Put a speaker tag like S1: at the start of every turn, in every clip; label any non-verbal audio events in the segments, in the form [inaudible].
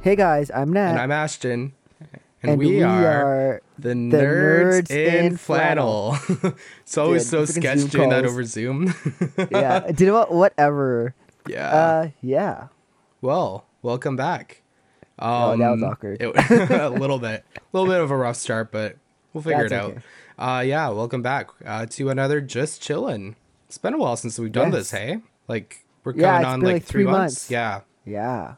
S1: Hey guys, I'm Nat.
S2: And I'm Ashton. And,
S1: Uh, And
S2: we,
S1: we
S2: are, [laughs]
S1: are
S2: the,
S1: Nerds
S2: nerds,
S1: in
S2: in, flannel. [laughs] it's always
S1: Dude,
S2: so
S1: freaking
S2: sketch
S1: Zoom
S2: doing that
S1: calls.
S2: over Zoom. [laughs]
S1: yeah, did what? Whatever.
S2: yeah.
S1: Uh, yeah.
S2: well, welcome back. Um,
S1: Oh, that was awkward.
S2: it- [laughs] a little bit. A little bit of a rough start, but we'll figure
S1: That's
S2: it out.
S1: okay.
S2: Uh, yeah, welcome back uh, to another Just Chillin'. It's been a while since we've done this,
S1: Yes.
S2: hey? Like, we're coming
S1: Yeah, it's
S2: on
S1: been
S2: like,
S1: like
S2: three
S1: three months.
S2: months. Yeah.
S1: Yeah.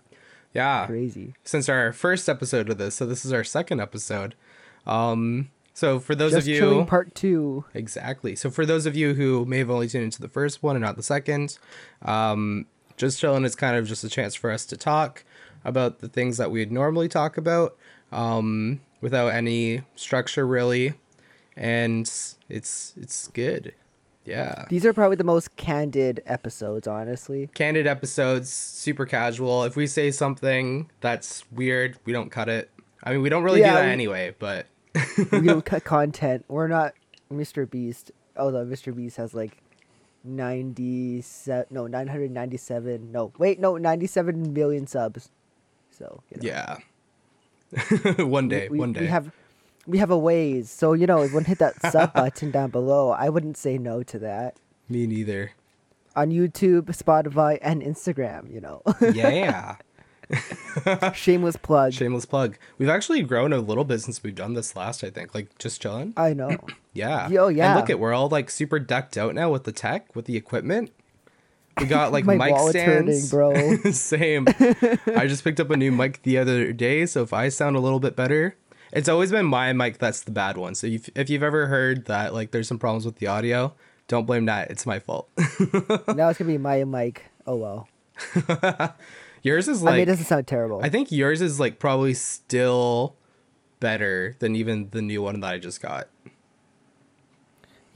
S2: Yeah.
S1: Crazy.
S2: since our first episode of this, so this is our second episode. Um, so for those
S1: Just
S2: of you,
S1: chilling part two.
S2: exactly. So for those of you who may have only tuned into the first one and not the second, um, just chilling is kind of just a chance for us to talk about the things that we'd normally talk about, um, without any structure really, and it's it's good, yeah.
S1: These are probably the most candid episodes,
S2: [laughs]
S1: honestly.
S2: Candid episodes, super casual. If we say something that's weird, we don't cut it. I mean, we don't really
S1: Yeah,
S2: do that
S1: we-
S2: anyway, but
S1: We don't cut content. We're not Mr. Beast. Although Mr. Beast has like 97, no, 997, no, wait, no, 97 million subs. So, you know.
S2: Yeah. [laughs] one day,
S1: we,
S2: one day.
S1: we have we have a ways so you know when hit that
S2: [laughs]
S1: sub button down below i wouldn't say no to that
S2: Me neither.
S1: on youtube spotify and instagram you
S2: [laughs]
S1: know [laughs]
S2: Yeah.
S1: shameless plug
S2: Shameless plug. We've actually grown a little bit since we've done this last, I think. Like just chilling.
S1: i know
S2: Yeah.
S1: Yo,
S2: And
S1: yeah.
S2: look at we're all like super decked out now with the tech, with the equipment. We got
S1: [laughs]
S2: like
S1: My
S2: mic
S1: wallet's hurting,
S2: stands.
S1: bro.
S2: [laughs] Same. I just picked up a new mic the other day, so if I sound a little bit better, it's always been my mic that's the bad one. So if if you've ever heard that like there's some problems with the audio, don't blame that. It's my fault. [laughs]
S1: now it's gonna be my mic oh well
S2: Yours is
S1: i
S2: like
S1: mean it doesn't sound terrible
S2: I think yours is like probably still better than even the new one that I just got.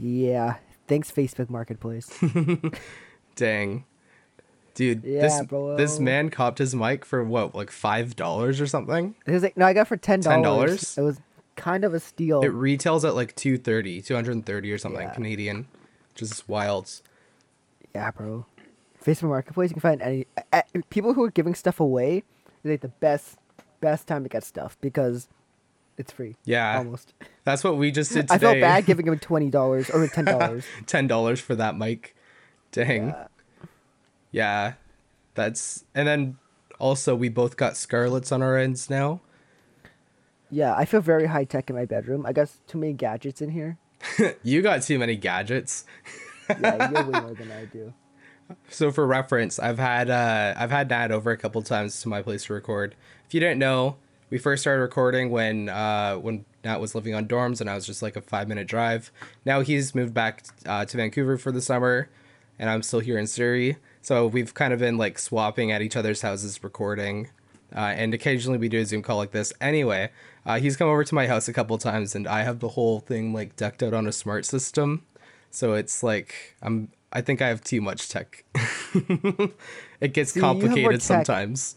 S1: yeah thanks facebook
S2: [laughs]
S1: marketplace
S2: Dang. Dude, this
S1: Yeah, bro.
S2: this man copped his mic for what, like five dollars or something?
S1: it was like no i got it for ten
S2: $10?
S1: dollars it was kind of a steal
S2: It retails at like 230, 230 or something
S1: Yeah.
S2: Canadian. Just wild.
S1: yeah bro facebook marketplace you can find any a- a- people who are giving stuff away is like the best best time to get stuff because it's free
S2: Yeah.
S1: almost
S2: That's what we just did today.
S1: I felt
S2: [laughs]
S1: bad giving him twenty dollars or ten dollars.
S2: ten dollars for that mic. Dang. Yeah. That's and then also we both got scarlets on our ends now.
S1: yeah, I feel very high tech in my bedroom. I got too many gadgets in here.
S2: You got too many gadgets.
S1: Yeah, you're way more than I do.
S2: So for reference, I've had uh, I've had Nat over a couple times to my place to record. If you didn't know, we first started recording when uh, when Nat was living on dorms, and I was just like a five minute drive. Now he's moved back uh, to Vancouver for the summer, and I'm still here in Surrey. So we've kind of been like swapping at each other's houses recording, uh, and occasionally we do a Zoom call like this. Anyway, uh, he's come over to my house a couple times, and I have the whole thing like decked out on a smart system. So it's like I'm. I think I have too much tech. [laughs] it gets
S1: you have more
S2: complicated
S1: tech.
S2: sometimes.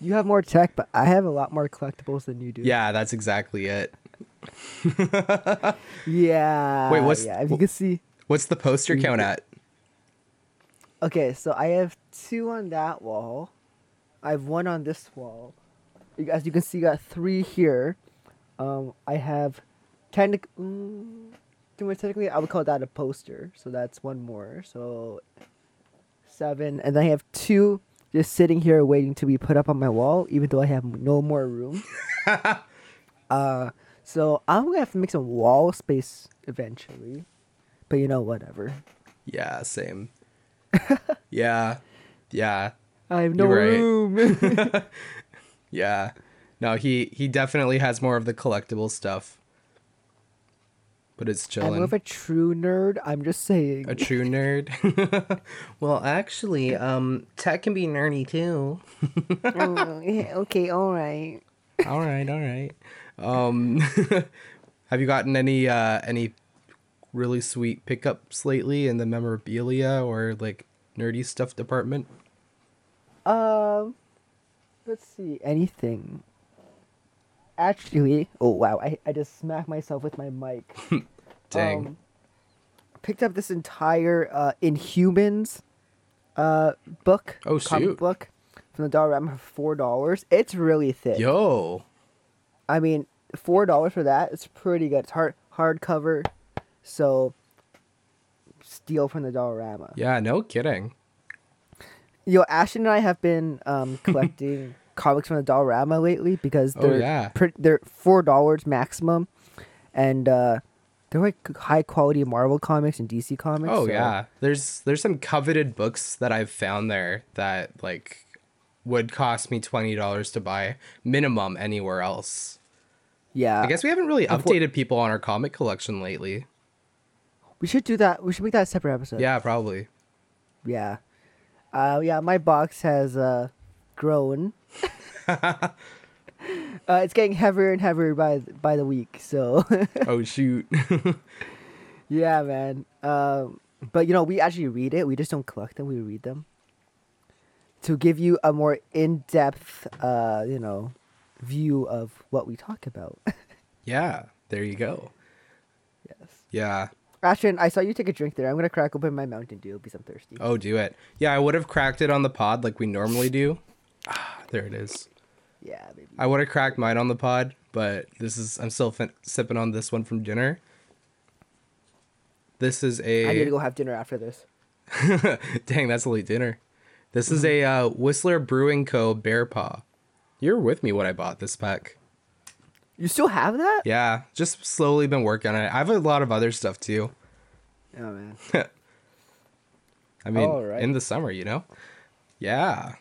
S1: You have more tech, but I have a lot more collectibles than you do.
S2: Yeah, that's exactly it.
S1: Yeah.
S2: Wait, what's-
S1: yeah? If you can see.
S2: What's the poster count at?
S1: Okay, so I have two on that wall. I have one on this wall. You- As you can see, I got three here. Um, I have technic. Mm, technically, I would call that a poster. So that's one more. So seven, and then I have two just sitting here waiting to be put up on my wall, even though I have no more
S2: [laughs]
S1: room. uh, so I'm gonna have to make some wall space eventually. But you know, whatever. [laughs]
S2: Yeah, same. yeah, yeah,
S1: I have no
S2: You're right.
S1: [laughs] room.
S2: yeah. No, he he definitely has more of the collectible stuff, but it's
S1: I'm more
S2: chilling.
S1: of a true nerd. I'm just saying.
S2: a true nerd. [laughs] well, actually, um, tech can be nerdy too. [laughs]
S1: Oh, [laughs] yeah, okay, all right.
S2: all right all right um [laughs] have you gotten any uh any really sweet pickups lately in the memorabilia or like nerdy stuff department
S1: Um, let's see. Anything. Actually, oh wow, I, I just smacked myself with my
S2: [laughs]
S1: mic.
S2: dang
S1: Um, picked up this entire uh, Inhumans uh, book,
S2: Oh,
S1: comic
S2: shoot.
S1: book from the Dollarama for $4. It's really thick.
S2: Yo.
S1: I mean, four dollars for that. It's pretty good. It's hard hardcover, so steal from the Dollarama.
S2: Yeah, no kidding.
S1: Yo, Ashton and I have been
S2: [laughs]
S1: um, collecting comics from the Dollarama lately because
S2: Oh,
S1: they're
S2: yeah.
S1: pre- they're four dollars maximum, and uh, they're like high quality Marvel comics and DC comics.
S2: Oh
S1: so-
S2: yeah. There's there's some coveted books that I've found there that like would cost me twenty dollars to buy minimum anywhere else.
S1: yeah.
S2: I guess we haven't really
S1: unfor-
S2: updated people on our comic collection lately.
S1: we should do that. We should make that a separate episode. [laughs]
S2: Yeah, probably.
S1: yeah, uh, yeah. My box has uh,
S2: [laughs]
S1: grown. uh, it's getting heavier and heavier by th- by the week. So [laughs]
S2: Oh shoot.
S1: Yeah, man. Um, but you know, we actually read it. We just don't collect them. We read them to give you a more in-depth, uh, you know, view of what we talk about. [laughs]
S2: yeah, there you go.
S1: yes.
S2: Yeah.
S1: Ashton, I saw you take a drink there. I'm gonna crack open my Mountain Dew because I'm thirsty.
S2: Oh, do it. Yeah, I would have cracked it on the pod like we normally do. [sighs] Ah, there it is.
S1: Yeah, baby.
S2: I would have cracked mine on the pod, but this is I'm still fin- sipping on this one from dinner. This is a
S1: I need to go have dinner after this.
S2: [laughs] Dang, that's a late dinner. This is
S1: Mm-hmm.
S2: a uh, Whistler Brewing Co. Bear Paw. You're with me when I bought this pack.
S1: You still have that?
S2: Yeah, just slowly been working on it. I have a lot of other stuff too.
S1: Oh man.
S2: I mean,
S1: All right.
S2: in the summer, you know? Yeah.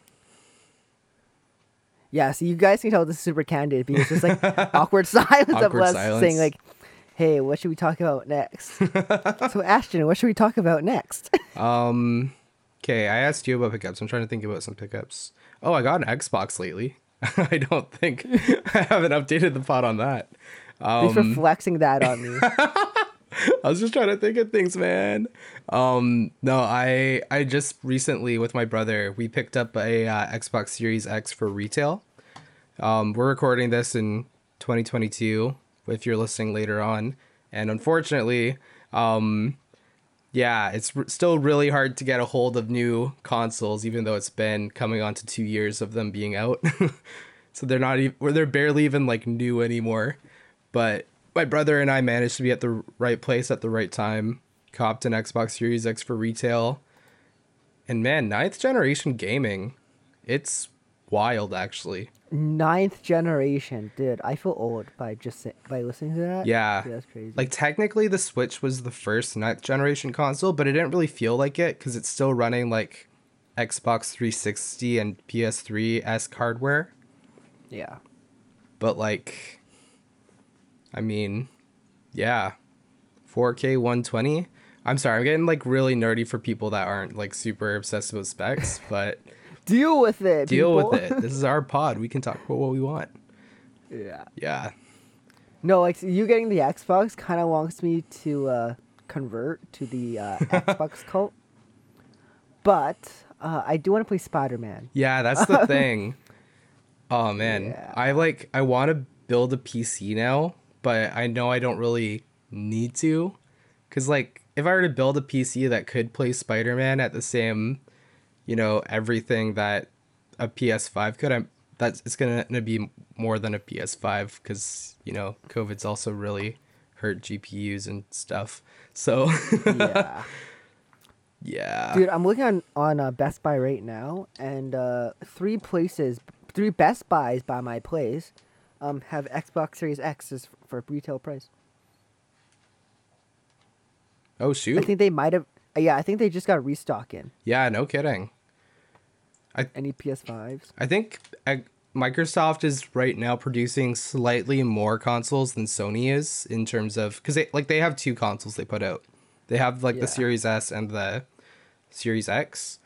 S1: Yeah. So you guys can tell this is super candid because it's just like
S2: [laughs]
S1: awkward silence of
S2: Awkward
S1: us
S2: silence.
S1: saying like, "Hey, what should we talk about
S2: [laughs]
S1: next?" so Ashton, what should we talk about next? [laughs]
S2: Um, okay, I asked you about pickups. I'm trying to think about some pickups. Oh, I got an Xbox lately. [laughs] I don't think I haven't updated the pod on that.
S1: Thanks for
S2: Um,
S1: flexing that on
S2: [laughs]
S1: me.
S2: I was just trying to think of things, man. Um, no, I I just recently with my brother we picked up a uh, Xbox Series X for retail. Um, we're recording this in 2022. If you're listening later on, and unfortunately, um, yeah, it's r- still really hard to get a hold of new consoles, even though it's been coming on to two years of them being out. [laughs] so they're not even, or they're barely even like new anymore. But my brother and I managed to be at the right place at the right time, copped an Xbox Series X for retail. And man, ninth generation gaming, it's wild actually.
S1: Ninth generation, dude. I feel old by just si- by listening to that.
S2: Yeah.
S1: Dude, that's crazy.
S2: Like technically the Switch was the first ninth generation console, but it didn't really feel like it because it's still running like Xbox 360 and PS3 esque hardware.
S1: yeah,
S2: But like I mean, yeah. 4K 120. I'm sorry, I'm getting like really nerdy for people that aren't like super obsessed with specs, but
S1: deal with it.
S2: deal
S1: people.
S2: with it. This is our pod. We can talk about what we want.
S1: [laughs] yeah.
S2: Yeah.
S1: No, like so you getting the Xbox kind of wants me to uh, convert to the
S2: [laughs]
S1: uh, Xbox cult, but uh, I do want to play Spider
S2: [laughs]
S1: Man.
S2: Yeah,
S1: [laughs]
S2: that's the thing. Oh man,
S1: Yeah.
S2: I like I want to build a PC now, but I know I don't really need to cuz like if I were to build a PC that could play Spider-Man at the same, you know, everything that a PS5 could, I'm that's it's going to be more than a PS5 cuz you know, COVID's also really hurt GPUs and stuff. So, [laughs]
S1: Yeah,
S2: yeah.
S1: dude. I'm looking on on uh, Best Buy right now, and uh, three places, three Best Buys by my place, um, have Xbox Series X's for retail price.
S2: Oh
S1: I
S2: shoot.
S1: think they might have. uh, Yeah, I think they just got restock in
S2: Yeah, no kidding.
S1: any PS5s.
S2: I think uh, Microsoft is right now producing slightly more consoles than Sony is in terms of because they like they have two consoles they put out. They have like
S1: Yeah.
S2: the Series S and the Series X,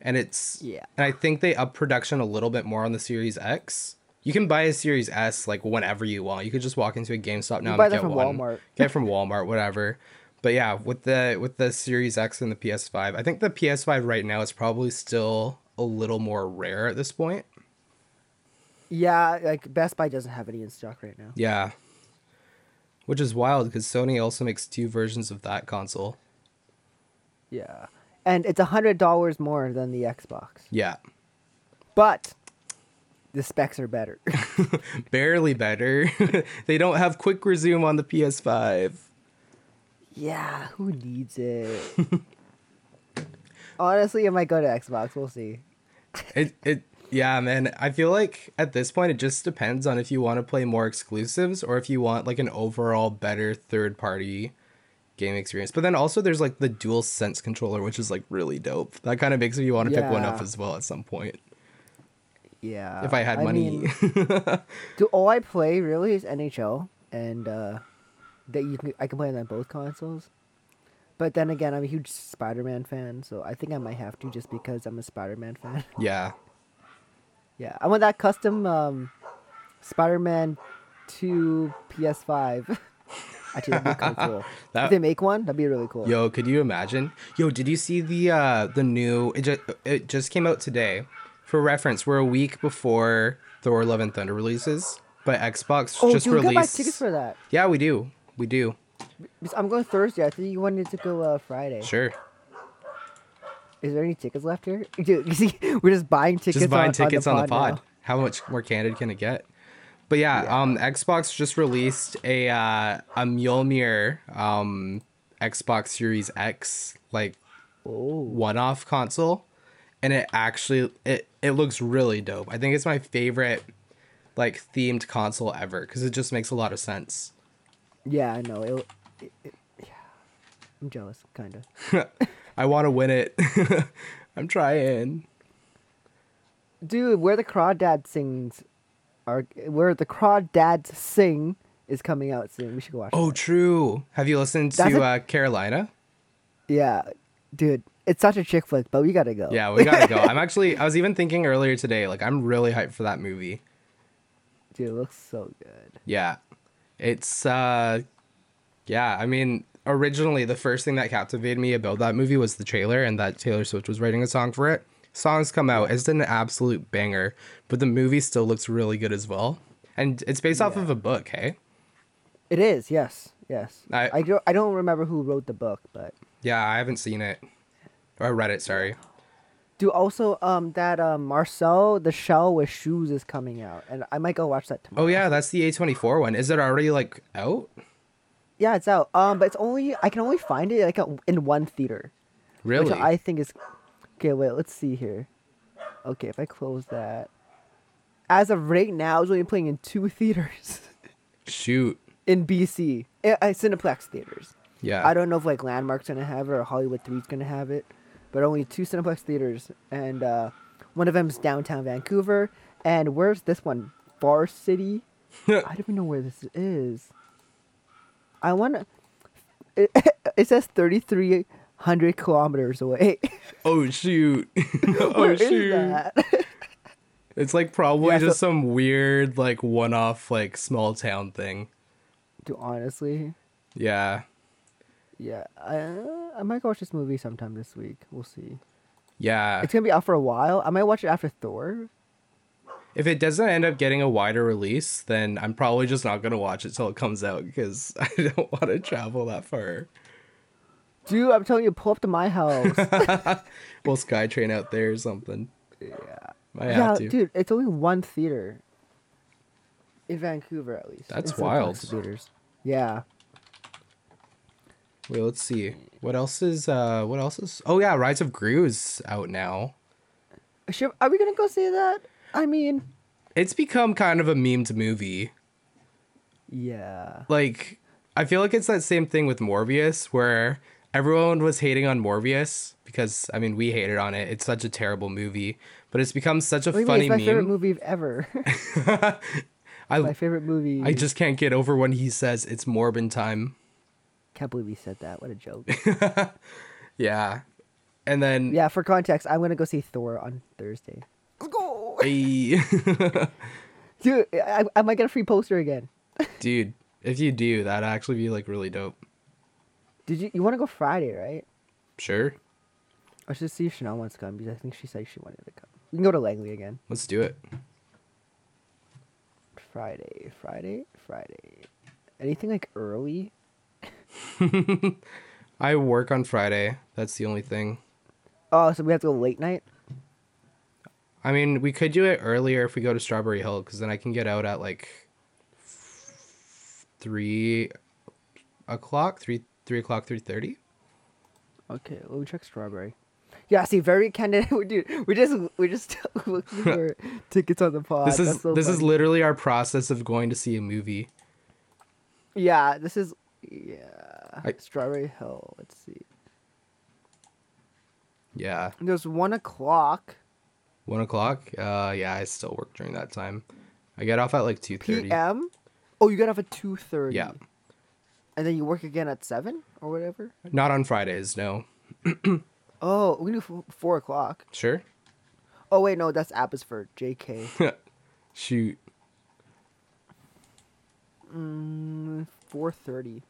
S2: and it's
S1: Yeah.
S2: And I think they up production a little bit more on the Series X. You can buy a Series S like whenever you want. You could just walk into a GameStop now
S1: buy
S2: and
S1: that
S2: get
S1: from
S2: one.
S1: Walmart.
S2: [laughs] Get it from Walmart, whatever. But yeah, with the with the Series X and the PS5, I think the PS5 right now is probably still a little more rare at this point.
S1: Yeah, like Best Buy doesn't have any in stock right now.
S2: Yeah. Which is wild because Sony also makes two versions of that console.
S1: Yeah, and it's a hundred dollars more than the Xbox.
S2: Yeah. [clears throat]
S1: But the specs are better. [laughs]
S2: Barely better. [laughs] they don't have quick resume on the PS5.
S1: yeah, who needs
S2: [laughs]
S1: it? Honestly, it might go to Xbox. We'll see.
S2: It it yeah, man. I feel like at this point it just depends on if you want to play more exclusives or if you want like an overall better third party game experience. But then also there's like the dual sense controller, which is like really dope. That kind of makes me want to pick one up
S1: Yeah.
S2: as well at some point.
S1: Yeah.
S2: If I had money.
S1: mean, do all I play really is NHL, and uh, that you can I can play it on both consoles. But then again, I'm a huge Spider-Man fan, so I think I might have to just because I'm a Spider-Man fan.
S2: [laughs]
S1: [laughs]
S2: yeah.
S1: yeah, I want that custom um, Spider-Man Two PS5. [laughs] Actually, that'd be kind of cool.
S2: [laughs] That-
S1: if they make one, that'd be really cool.
S2: Yo, could you imagine? Yo, did you see the uh the new it just it just came out today. For reference, we're a week before Thor Love and Thunder releases, but Xbox
S1: oh,
S2: just
S1: dude, we got my
S2: released
S1: tickets for that.
S2: Yeah, we do. We do.
S1: Because I'm going Thursday. I think you wanted to go uh, Friday.
S2: Sure.
S1: Is there any tickets left here? [laughs] Dude, you see, we're just buying tickets.
S2: Just buying
S1: on,
S2: tickets on the pod.
S1: now.
S2: How much more candid can it get? But yeah, um Xbox just released a uh a Mjolnir um Xbox Series X like
S1: Oh,
S2: one-off console and it actually it it looks really dope. I think it's my favorite like themed console ever cuz it just makes a lot of sense.
S1: yeah, I know. It, it, it- yeah. I'm jealous, kind of.
S2: I want to win it. [laughs] I'm trying.
S1: Dude, where the crawdad sings, are where the crawdads sing is coming out soon. We should go watch.
S2: Oh, true. Have you listened
S1: That's
S2: to
S1: a-
S2: uh, Carolina?
S1: it. yeah, dude, it's such a chick flick, but we gotta go.
S2: Yeah, we gotta
S1: [laughs]
S2: go. I'm actually, I was even thinking earlier today, like, I'm really hyped for that movie.
S1: dude, it looks so good.
S2: Yeah. It's, uh, yeah, I mean, originally the first thing that captivated me about that movie was the trailer and that Taylor Swift was writing a song for it. Songs come out, it's an absolute banger, but the movie still looks really good as well. And it's based off of a book, hey?
S1: It is, yes, yes.
S2: I-
S1: I don't, I don't remember who wrote the book, but
S2: Yeah, I haven't seen it. Or I read it, sorry.
S1: dude, also um that um Marcel the Shell with Shoes is coming out, and I might go watch that tomorrow.
S2: Oh, yeah, that's the A24 one. Is it already, like, out?
S1: Yeah, it's out. Um, but it's only I can only find it like at- in one theater.
S2: Really?
S1: Which I think is okay. Wait, let's see here. Okay, if I close that, as of right now, it's only playing in two [laughs] theaters
S2: Shoot.
S1: in BC, I- I- uh, Cineplex theaters.
S2: Yeah.
S1: I don't know if like Landmark's gonna have it or Hollywood Three's gonna have it, but only two Cineplex theaters, and uh, one of them's downtown Vancouver, and where's this one? Bar
S2: [laughs]
S1: City. I don't even know where this is. I want to. It, [laughs] it says thirty three hundred kilometers away. [laughs]
S2: Oh shoot! [laughs] oh
S1: Where is
S2: shoot!
S1: that? [laughs]
S2: It's like probably
S1: Yeah, so-
S2: just some weird like one-off like small town thing.
S1: Dude, honestly,
S2: Yeah,
S1: yeah, I, uh, I might go watch this movie sometime this week. We'll see.
S2: yeah.
S1: It's gonna be out for a while. I might watch it after Thor.
S2: If it doesn't end up getting a wider release, then I'm probably just not gonna watch it till it comes out because [laughs] I don't want to travel that far.
S1: Dude, I'm telling you, pull up to my
S2: [laughs]
S1: house.
S2: We'll SkyTrain out there or something. Yeah, I
S1: yeah,
S2: have to.
S1: dude, it's only one theater in Vancouver, at least.
S2: That's
S1: It's the
S2: wild.
S1: Cineplex Theaters. Yeah,
S2: Wait, let's see. What else is? uh What else is? Oh yeah, Rise of Gru is out now.
S1: Should, are we gonna go see that? I mean,
S2: It's become kind of a memed movie.
S1: yeah,
S2: like I feel like it's that same thing with Morbius where everyone was hating on Morbius because I mean we hated on it. It's such a terrible movie, but it's become such a
S1: What do you mean?
S2: funny
S1: it's my favorite
S2: meme.
S1: movie ever. [laughs] my
S2: I
S1: favorite movie.
S2: [laughs] I just can't get over when he says it's Morbin time.
S1: can't believe he said that. What a joke. [laughs]
S2: Yeah. And then
S1: yeah, for context, I'm gonna go see Thor on Thursday. Let's go,
S2: Ay.
S1: dude. I, I might get a free poster again.
S2: [laughs] dude, if you do, that'd actually be like really dope.
S1: Did you you want to go Friday, right?
S2: Sure.
S1: I should see if Chanel wants to come because I think she said she wanted to come. We can go to Langley again.
S2: Let's do it.
S1: Friday, Friday, Friday. Anything like early?
S2: I work on Friday. That's the only thing.
S1: Oh, so we have to go late night?
S2: I mean, we could do it earlier if we go to Strawberry Hill, because then I can get out at like three o'clock, three three o'clock, three thirty.
S1: Okay, let me check strawberry. Yeah, see, very candid. [laughs] We do. We just we just [laughs] looking
S2: [laughs]
S1: for tickets on the pod.
S2: This is
S1: Uh, That's so
S2: this is
S1: funny.
S2: literally our process of going to see a movie.
S1: yeah. This is yeah.
S2: I-
S1: Strawberry Hill. Let's see.
S2: Yeah,
S1: There's one o'clock
S2: one o'clock. Uh, yeah, I still work during that time. I get off at like two thirty.
S1: p.m. Oh, you got off at two thirty.
S2: Yeah.
S1: And then you work again at seven or whatever.
S2: Not on Fridays, no.
S1: Oh, we can do f- four o'clock.
S2: Sure. [laughs]
S1: Oh wait, no, that's Abbotsford. J.K.
S2: Shoot.
S1: Mm, four thirty.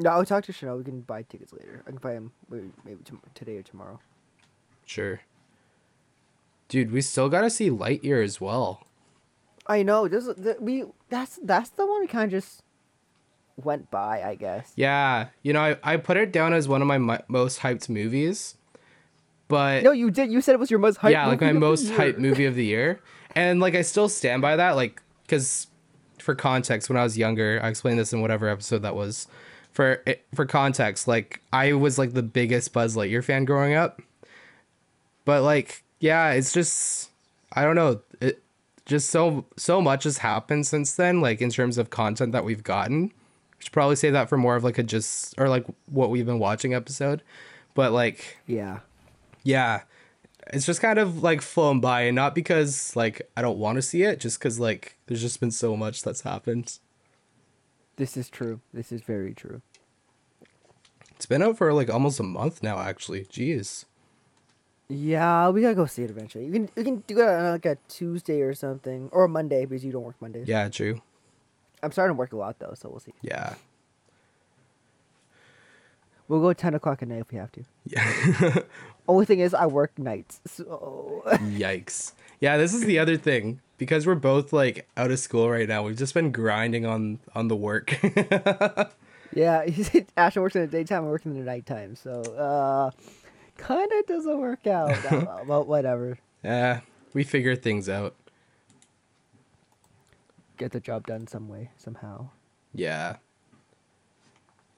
S1: No, I'll talk to Chanel. We can buy tickets later. I can buy them maybe, maybe tom- today or tomorrow.
S2: Sure. Dude, we still gotta see Lightyear as well.
S1: I know. This is- th we that's that's the one we kind of just went by, I guess.
S2: Yeah, you know, I, I put it down as one of my mi- most hyped movies, but
S1: No, you did. You said it was your most hype.
S2: yeah, like my most hyped movie of the year, and like I still stand by that. Like, because for context, when I was younger, I explained this in whatever episode that was. For it- for context, like I was like the biggest Buzz Lightyear fan growing up, but like yeah, it's just I don't know. It just so so much has happened since then. Like in terms of content that we've gotten, should probably say that for more of like a just or like what we've been watching episode, but like
S1: Yeah.
S2: yeah it's just kind of like flown by and not because like i don't want to see it just because like there's just been so much that's happened
S1: This is true. This is very true.
S2: it's been out for like almost a month now actually jeez
S1: Yeah, we gotta go see it eventually. You can you can do it on like a Tuesday or something or a Monday because you don't work Mondays.
S2: yeah true
S1: I'm starting to work a lot though, so we'll see.
S2: yeah
S1: We'll go ten o'clock at night if we have to.
S2: yeah [laughs]
S1: Only thing is, I work nights, so [laughs]
S2: yikes yeah this is the other thing because we're both like out of school right now we've just been grinding on on the work [laughs]
S1: yeah. [laughs] Ashton works in the daytime. I work in the nighttime, so uh, kind of doesn't work out that well. But whatever,
S2: yeah we figure things out
S1: get the job done some way somehow.
S2: Yeah.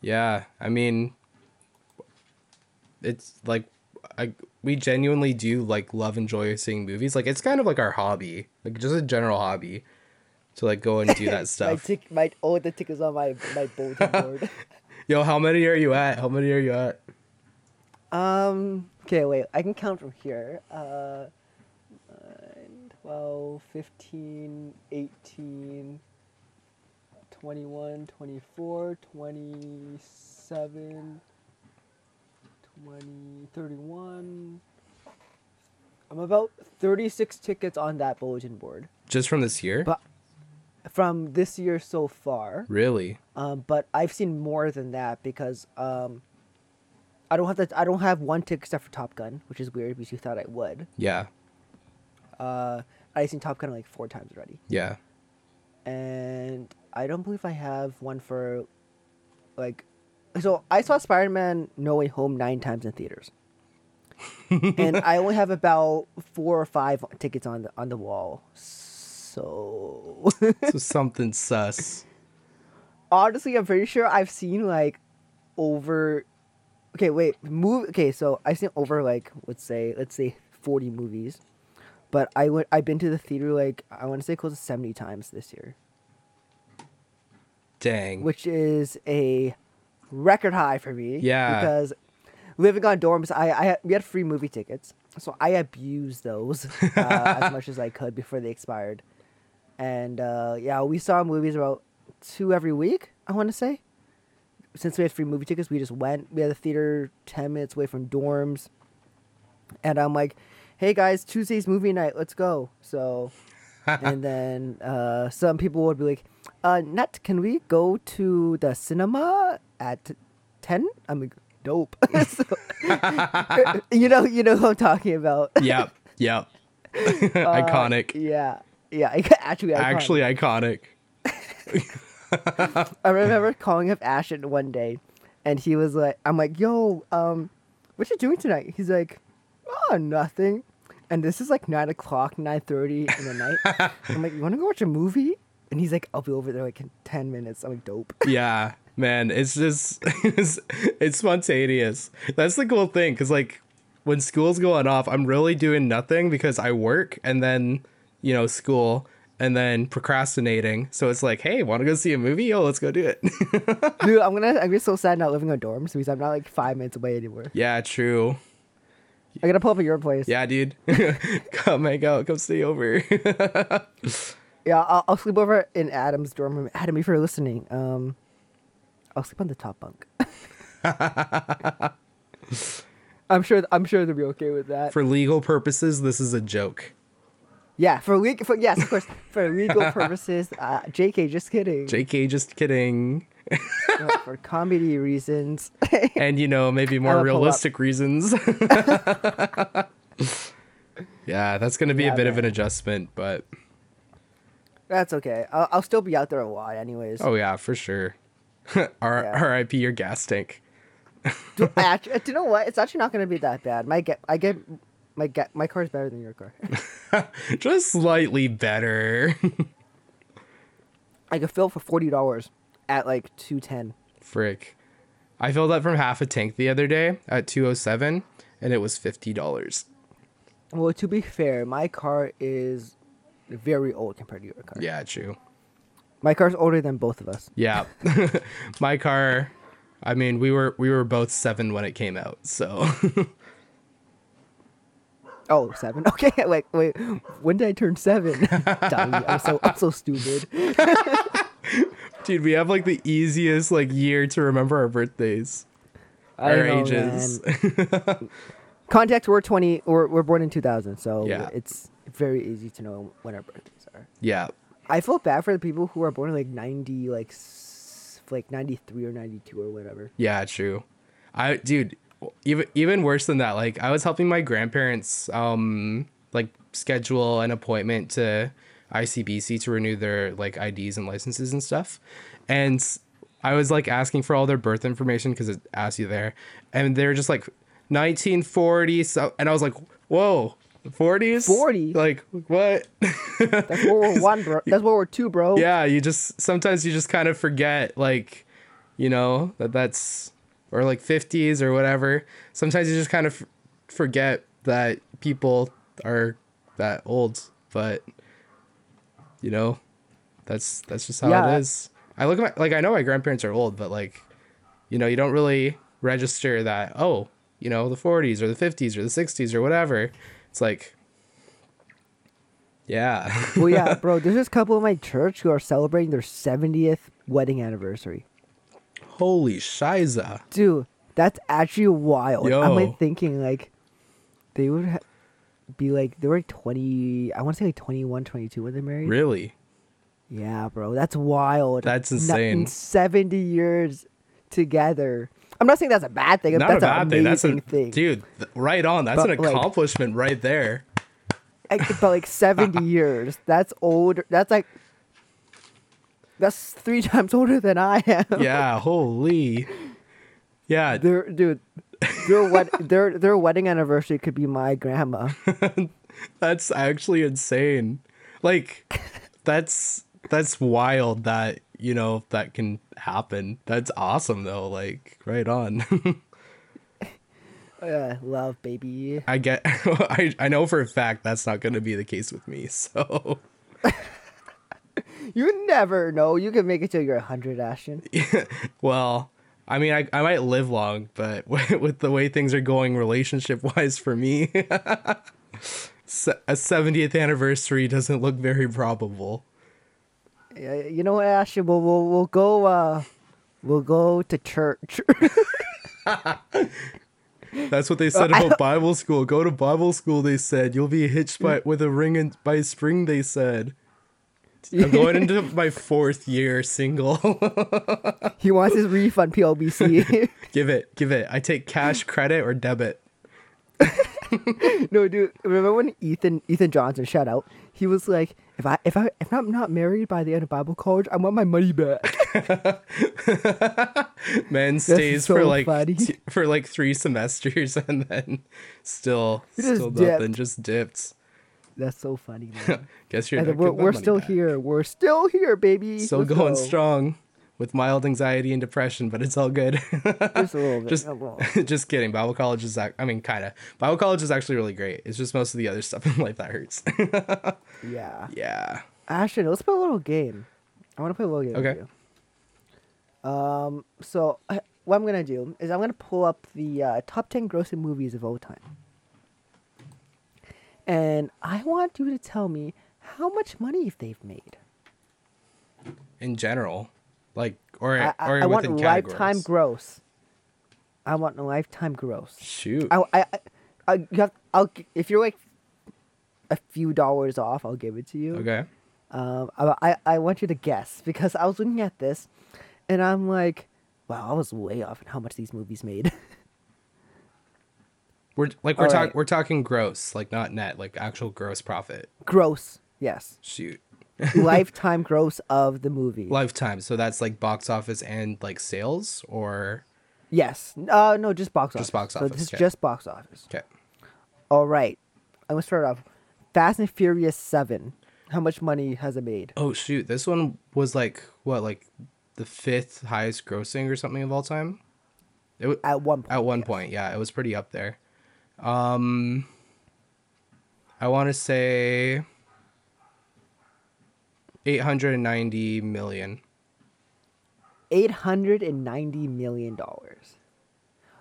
S2: Yeah, I mean it's like I we genuinely do like love enjoy seeing movies. Like it's kind of like our hobby. Like just a general hobby to like go and
S1: [laughs]
S2: do that
S1: My
S2: stuff.
S1: tick, my oh, the tick is on my my bulletin board.
S2: Yo, how many are you at? How many are you at?
S1: Um. Okay, wait. I can count from here. Uh, 9, 12, 15, 18, 21, 24, 27, 20, 31. I'm about 36 tickets on that bulletin board
S2: Just from this year?
S1: But- from this year so far.
S2: really?
S1: Um, but I've seen more than that because um, I don't have that. I don't have one tick except for Top Gun, which is weird because you thought I would.
S2: Yeah.
S1: Uh, I've seen Top Gun like four times already,
S2: Yeah.
S1: and I don't believe I have one for, like, so I saw Spider Man No Way Home nine times in theaters, and I only have about four or five tickets on the on the wall. So [laughs]
S2: So something sus.
S1: honestly, I'm pretty sure I've seen like over. Okay, wait. Move. Okay, so I've seen over like let's say let's say forty movies, but I went. I've been to the theater like I want to say close to seventy times this year,
S2: Dang.
S1: which is a record high for me.
S2: Yeah.
S1: Because living on dorms, I I had, we had free movie tickets, so I abused those uh, as much as I could before they expired, and uh, yeah, we saw movies about two every week. I want to say. since we had free movie tickets, we just went. We had a theater ten minutes away from dorms, and I'm like, "Hey guys, Tuesday's movie night. Let's go!" So, and then uh, some people would be like, uh, "Nut, can we go to the cinema at 10? I'm like, "Dope." [laughs] So- you know, you know who I'm talking about. [laughs]
S2: yep. Yep. [laughs] iconic.
S1: Uh, yeah, yeah. Actually, I [laughs]
S2: Actually iconic.
S1: I remember calling up Ashton one day, and he was like, "I'm like, yo, um, what you doing tonight?" He's like, oh, nothing. And this is like nine o'clock, nine thirty in the night. I'm like, you want to go watch a movie? And he's like, I'll be over there like in ten minutes. I'm like, dope. [laughs]
S2: yeah man it's just [laughs] it's, it's spontaneous that's the cool thing because like when school's going off i'm really doing nothing because i work and then you know school and then procrastinating so it's like hey want to go see a movie oh let's go do it [laughs]
S1: Dude, I'm gonna. I'm just so sad not living in a dorm because I'm not like five minutes away anywhere.
S2: yeah true
S1: I gotta pull up at your place.
S2: yeah dude [laughs] come hang out come stay over [laughs]
S1: Yeah, I'll, I'll sleep over in Adam's dorm room. Adam, if you're listening, um, I'll sleep on the top bunk. [laughs] I'm sure. I'm sure they'll be okay with that.
S2: for legal purposes this is a joke
S1: yeah, for legal. For, yes, of course. For
S2: [laughs]
S1: legal purposes, uh, J.K. Just kidding.
S2: jk just kidding
S1: No, for comedy reasons.
S2: [laughs] and you know maybe
S1: I'll pull
S2: more
S1: up. [laughs]
S2: realistic reasons yeah that's gonna be
S1: Yeah,
S2: a bit of an
S1: man.
S2: adjustment but
S1: That's okay. I'll, I'll still be out there a lot, anyways.
S2: oh yeah for sure [laughs] R-
S1: Yeah.
S2: rip your gas tank
S1: Do,
S2: [laughs]
S1: I actually, do you know what? It's actually not going to be that bad. My get, I get, my get, my car is better than your
S2: [laughs]
S1: car.
S2: just slightly better [laughs]
S1: I could fill for forty dollars at like two ten.
S2: frick i filled up from half a tank the other day at 207 and it was $50
S1: Well, to be fair, my car is very old compared to your car.
S2: yeah true
S1: My car's older than both of us.
S2: yeah [laughs] my car i mean we were we were both seven when it came out so [laughs]
S1: Oh, seven. [laughs] Okay, like wait, when did I turn
S2: [laughs]
S1: seven? Dummy. I'm so I'm so stupid.
S2: dude we have like the easiest like year to remember our birthdays
S1: I
S2: our
S1: know,
S2: ages.
S1: man. Context. We're twenty. We're we're born in two thousand, so
S2: Yeah.
S1: it's very easy to know when our birthdays are.
S2: [laughs] yeah.
S1: I feel bad for the people who are born in like ninety, like s- like ninety three or ninety two or whatever.
S2: Yeah, true. I dude, even even worse than that, like I was helping my grandparents um like schedule an appointment to ICBC to renew their like IDs and licenses and stuff. And s- I was like asking for all their birth information cuz it asks you there. And they were just like 1940 so and I was like, "Whoa, 40s?"
S1: 40?
S2: Like what? [laughs]
S1: That's World War One, bro. That's World War Two, bro.
S2: yeah you just sometimes you just kind of forget like you know that that's or like 50s or whatever sometimes you just kind of f- forget that people are that old but you know that's that's just how
S1: Yeah.
S2: it is i look at my like i know my grandparents are old but like you know you don't really register that oh you know the 40s or the 50s or the 60s or whatever it's like yeah
S1: well, yeah, bro. There's this couple in my church who are celebrating their 70th wedding anniversary.
S2: [laughs] holy shiza
S1: Dude, that's actually wild. I'm
S2: Yo.
S1: like thinking like they would ha- be like they were 20. I want to say like 21, 22 when they married.
S2: Really?
S1: Yeah, bro. That's wild.
S2: That's
S1: Not-
S2: insane.
S1: in 70 years together. I'm not saying that's a bad thing.
S2: Not
S1: that's
S2: a bad
S1: an
S2: thing. That's a
S1: amazing thing.
S2: dude. th- Right on. That's
S1: But,
S2: an
S1: like-
S2: accomplishment right
S1: [laughs]
S2: there.
S1: I- but like
S2: [laughs]
S1: 70 years. That's older. That's like that's three [laughs] times older than I am.
S2: Yeah. holy. Yeah.
S1: Their dude, their
S2: [laughs]
S1: wed- their their wedding anniversary could be my grandma.
S2: That's actually insane. Like, that's that's wild. That you know that can happen. That's awesome though. Like, right on. [laughs]
S1: Uh, love baby.
S2: I get. [laughs] I I know for a fact that's not going to be the case with me. [laughs] So.
S1: You never know. You can make it till you're hundred, Ashton.
S2: Well, I mean, I, I might live long, but [laughs] with the way things are going relationship wise for me, [laughs] se- a 70th anniversary doesn't look very probable.
S1: Yeah, you know what, Ashton? We'll we'll, we'll go. Uh, we'll go to church. [laughs]
S2: That's what they said
S1: I
S2: about Bible school. Go to Bible school, they said. You'll be hitched by, with a ring in, by spring, they said. I'm going into my fourth year single. [laughs]
S1: he wants his refund, PLBC.
S2: give it, give it. I take cash, credit, or debit.
S1: [laughs] no, dude. Remember when Ethan Ethan Johnson shout out? He was like, if I if I if I'm not married by the end of Bible college, I want my money back. [laughs]
S2: Man stays for
S1: so
S2: like
S1: funny.
S2: t- for like three semesters [laughs] and then still
S1: just
S2: still
S1: dipped.
S2: nothing, just dipped.
S1: That's so funny,
S2: [laughs]
S1: man.
S2: Guess you're
S1: and
S2: not
S1: we're
S2: getting my
S1: we're
S2: money
S1: still
S2: back.
S1: here. We're still here, baby.
S2: Still
S1: Let's
S2: going
S1: go.
S2: strong with mild anxiety and depression, but it's all good. [laughs]
S1: Just a little bit.
S2: just
S1: a little.
S2: [laughs] just kidding. Bible college is ac- I mean kind of. Bible college is actually really great. It's just most of the other [laughs] stuff in life that hurts.
S1: Yeah.
S2: yeah.
S1: Ashton, let's play a little game. I want to play a little game.
S2: Okay.
S1: With you. Um. So uh, what I'm gonna do is I'm gonna pull up the uh, top ten grossing movies of all time, and I want you to tell me how much money they've made.
S2: In general, like or
S1: I, I,
S2: or
S1: I want
S2: within
S1: lifetime
S2: categories.
S1: gross. I want lifetime gross.
S2: Shoot.
S1: I, I, I, I you have, I'll g- if you're like a few dollars off, I'll give it to you.
S2: okay.
S1: Um, I, I, I want you to guess because I was looking at this, and I'm like, wow, I was way off in how much these movies made. [laughs]
S2: We're like we're
S1: All
S2: talking
S1: right.
S2: we're talking gross, like not net, like actual gross profit.
S1: gross,
S2: [laughs]
S1: yes,
S2: Shoot.
S1: lifetime gross of the movie.
S2: Lifetime. So that's like box office and like sales or
S1: yes, uh, no, just box office.
S2: Just box
S1: So
S2: office,
S1: this is
S2: okay.
S1: just box office.
S2: okay.
S1: All right, I'm gonna start off. Fast and Furious Seven. How much money has it made?
S2: Oh shoot. This one was like what like the fifth highest grossing or something of all time? It w-
S1: At one point.
S2: at one point, yeah, it was pretty up there. Um I want to say 890 million.
S1: eight hundred and ninety million dollars.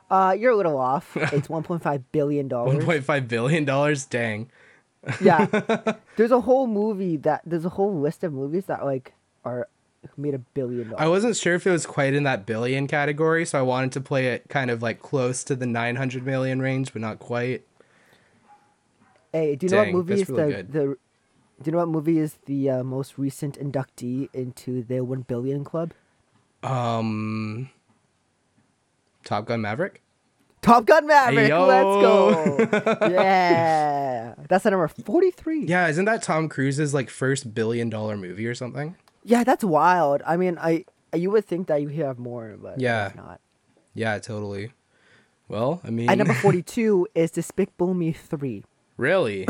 S1: Uh, you're a little
S2: [laughs]
S1: off. It's one point five billion dollars.
S2: 1.5 billion dollars, dang. [laughs]
S1: yeah, there's a whole movie that there's a whole list of movies that like are made a billion
S2: I
S1: dollars.
S2: wasn't sure if it was quite in that billion category, so I wanted to play it kind of like close to the 900 million range, but not quite.
S1: Hey, do you know
S2: Dang,
S1: what movie is
S2: that's really
S1: the,
S2: good.
S1: the Do you know what movie is the uh, most recent inductee into the one billion club?
S2: Um, Top Gun Maverick?
S1: Top Gun Maverick.
S2: Ayo.
S1: Let's
S2: [laughs]
S1: go. yeah, that's at number forty-three.
S2: Yeah, isn't that Tom Cruise's like first billion dollar movie or something?
S1: yeah, that's wild. I mean, I you would think that you have more, but
S2: Yeah.
S1: it's not.
S2: Yeah, totally. Well, I mean,
S1: At
S2: [laughs]
S1: number 42 is Despicable Me 3.
S2: really?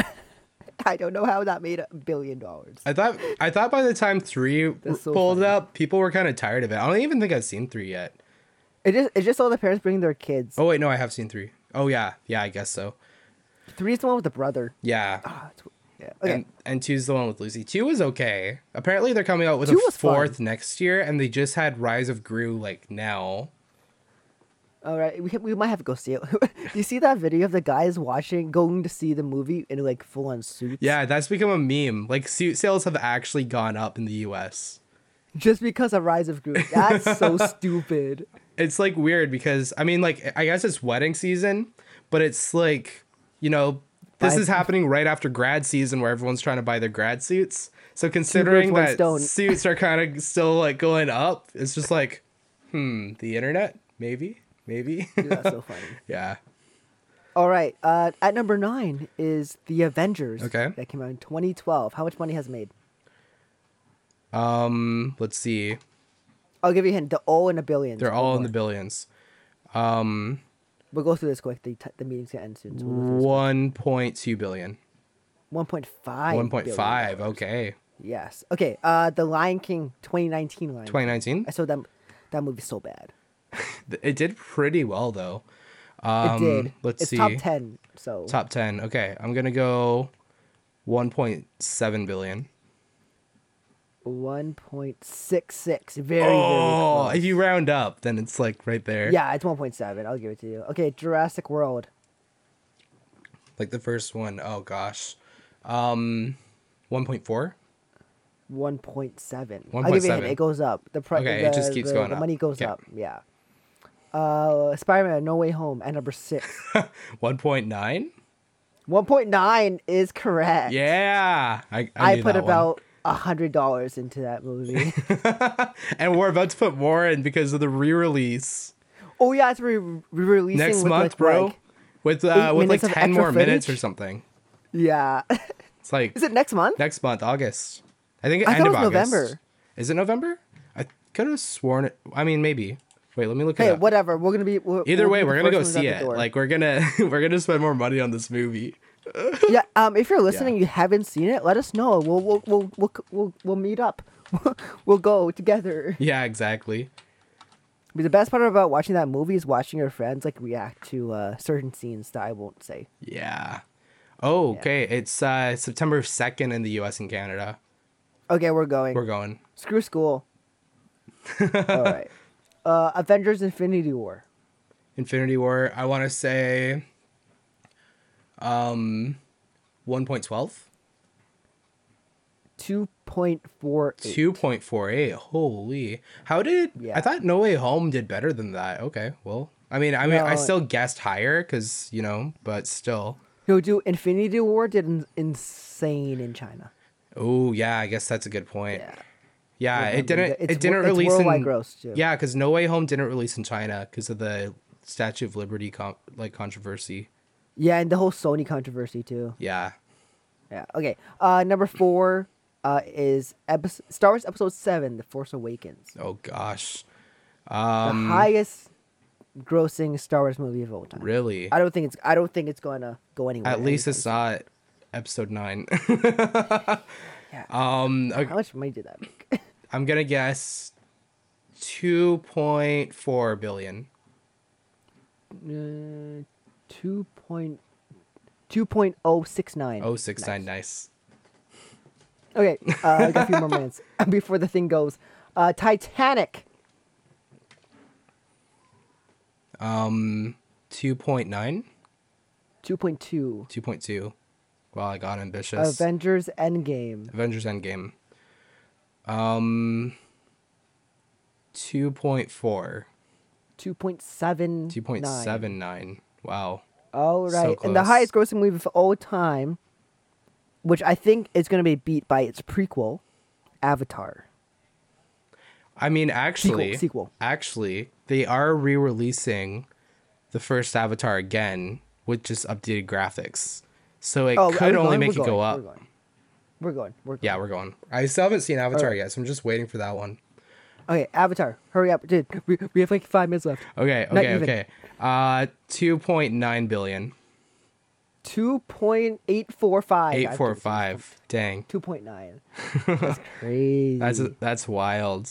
S1: I don't know how that made a billion dollars.
S2: I thought I thought by the time 3
S1: That's so
S2: pulled
S1: funny.
S2: up, people were kind of tired of it. I don't even think I've seen 3 yet.
S1: It just, it's just all the parents bringing their kids.
S2: Oh wait, no, I have seen 3. Oh yeah. Yeah, I guess so.
S1: Three is the one with the brother.
S2: Yeah.
S1: Ah, it's, yeah. Okay.
S2: And, and two's the one with Lucy. Two was okay. Apparently, they're coming out with
S1: Two
S2: a
S1: was fun.
S2: fourth next year, and they just had Rise of Gru like now.
S1: all right. We, ha- we might have to go see it. [laughs] you see that video of the guys watching, going to see the movie in like full on suits?
S2: Yeah, that's become a meme. Like suit sales have actually gone up in the U.S.
S1: Just because of Rise of Gru. That's
S2: [laughs]
S1: so stupid.
S2: It's like weird because I mean, like I guess it's wedding season, but it's like you know this
S1: Buy-
S2: is happening right after grad season where everyone's trying to buy their grad suits. So considering
S1: one
S2: that
S1: stone.
S2: suits are kind of still like going up, it's just like, hmm, the internet maybe, maybe, [laughs]
S1: Dude, that's so funny.
S2: yeah.
S1: All right. Uh, at number nine is The Avengers.
S2: Okay.
S1: That came out in 2012. How much money has it made?
S2: Um, let's see.
S1: I'll give you a hint. They're all in the billions.
S2: They're all in
S1: Or
S2: the billions.
S1: We'll go through this quick. The, t- the meeting's gonna end soon. So we'll go through this.
S2: 1.2 billion.
S1: One point five.
S2: 1.5. Okay.
S1: Yes. Okay. Uh, The Lion King, twenty nineteen Lion. King.
S2: 2019.
S1: I saw that. That movie so bad.
S2: Th- It did pretty well though.
S1: It
S2: Um,
S1: did.
S2: Let's
S1: it's
S2: see.
S1: top ten. So
S2: Top 10. Okay. I'm going to go 1.7 billion.
S1: one point six six. Very
S2: Oh,
S1: very
S2: if
S1: close.
S2: you round up, then it's like right there.
S1: Yeah, it's one point seven. I'll give it to you. Okay, Jurassic World.
S2: Like the first one. Oh gosh. Um, 1.4.
S1: One point seven. I'll give you a hint.
S2: 1.7.
S1: It goes up. The price.
S2: Okay, it just keeps going
S1: The
S2: up.
S1: money goes
S2: Okay.
S1: up. Yeah. Uh, Spider-Man: No Way Home at number six.
S2: [laughs] 1.9.
S1: one point nine is correct.
S2: Yeah. I, I,
S1: I,
S2: knew
S1: put
S2: that one.
S1: about a hundred dollars into that movie. [laughs]
S2: And we're about to put more in because of the re release.
S1: oh yeah, it's re- re-releasing
S2: next
S1: with,
S2: month,
S1: like,
S2: bro.
S1: Like,
S2: with uh,
S1: Eight
S2: with like
S1: minutes of
S2: ten more
S1: extra
S2: minutes or
S1: footage?
S2: something.
S1: Yeah. [laughs]
S2: It's like
S1: Is it next month?
S2: next month, August. I think
S1: I
S2: end
S1: thought
S2: of
S1: it was
S2: August.
S1: November.
S2: Is it November? I could have sworn it. I mean, maybe. Wait, let me look at
S1: Hey,
S2: it. Up.
S1: whatever. We're gonna be. We're,
S2: Either
S1: we'll
S2: way,
S1: be the
S2: we're gonna
S1: first ones
S2: go
S1: out
S2: see
S1: the
S2: it.
S1: door.
S2: Like we're gonna [laughs] we're gonna spend more money on this movie.
S1: yeah. Um, if you're listening, you haven't seen it. Let us know. We'll we'll we'll we'll we'll, we'll meet up. [laughs] we'll go together.
S2: Yeah, exactly.
S1: But the best part about watching that movie is watching your friends like react to uh, certain scenes that I won't say.
S2: Yeah. Oh, okay. It's uh September second in the U.S. and Canada.
S1: Okay, we're going.
S2: We're going.
S1: Screw
S2: [laughs]
S1: school. All right. Uh, Avengers: Infinity War.
S2: Infinity War. I want to say, um, one point twelve.
S1: Two point four eight.
S2: Two point four eight. Holy! How did
S1: Yeah.
S2: I thought No Way Home did better than that? Okay, well, I mean, I mean, I
S1: No.
S2: still guessed higher because you know, but still.
S1: No, dude, Infinity War did in- insane in China.
S2: Oh yeah, I guess that's a good point. Yeah,
S1: Yeah.
S2: it
S1: Remember,
S2: didn't.
S1: it's
S2: it didn't
S1: wor- it's
S2: release
S1: worldwide
S2: in.
S1: gross, too.
S2: Yeah, because No Way Home didn't release in China because of the Statue of Liberty con- like controversy.
S1: Yeah, and the whole Sony controversy too.
S2: Yeah.
S1: Yeah. Okay. Uh, number four uh, is episode, Star Wars Episode Seven: The Force Awakens,
S2: Oh gosh.
S1: the
S2: Um,
S1: highest grossing Star Wars movie of all time.
S2: Really?
S1: I don't think it's. I don't think it's gonna go anywhere.
S2: At least
S1: anytime
S2: it's not episode nine. [laughs]
S1: Yeah.
S2: um,
S1: soon. How
S2: okay,
S1: much money did that make?
S2: I'm gonna guess two point four billion.
S1: Uh, two point two point oh six nine.
S2: Oh six nine. Nice.
S1: Okay, uh, I got a few more minutes [laughs] before the thing goes. Uh, Titanic.
S2: Um, two point nine.
S1: 2.2.
S2: Two point two. Wow, I got ambitious.
S1: Avengers Endgame.
S2: Avengers Endgame. Um, two point four.
S1: 2.7.
S2: Two point seven nine. Wow.
S1: All
S2: So
S1: right. and the
S2: close.
S1: highest grossing movie of all time, which I think is going to be beat by its prequel, Avatar.
S2: I mean, actually,
S1: sequel.
S2: actually, they are re-releasing the first Avatar again with just updated graphics, so it
S1: Oh, are
S2: could
S1: we
S2: only
S1: going?
S2: make
S1: We're
S2: it go
S1: going,
S2: up.
S1: We're going. We're going. We're going.
S2: Yeah, we're going. I still haven't seen Avatar
S1: Alright.
S2: yet, so I'm just waiting for that one.
S1: Okay, Avatar. Hurry up. Dude, we, we have like five minutes left.
S2: Okay,
S1: Not
S2: okay,
S1: even.
S2: okay. Uh, two point nine
S1: Hmm.
S2: billion. [laughs] uh, [laughs] [laughs]
S1: Oh, um, uh, Oh, uh,
S2: Oh, Oh. [laughs]
S1: uh, Uh,
S2: Oh,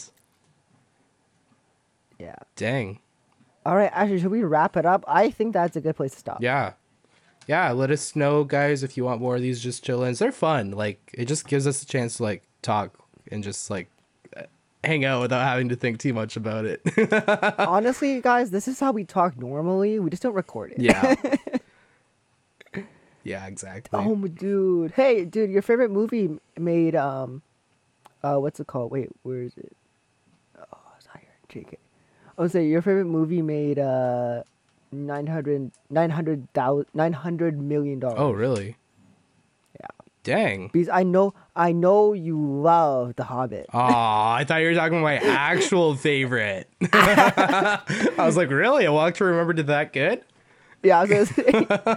S1: oh, [laughs]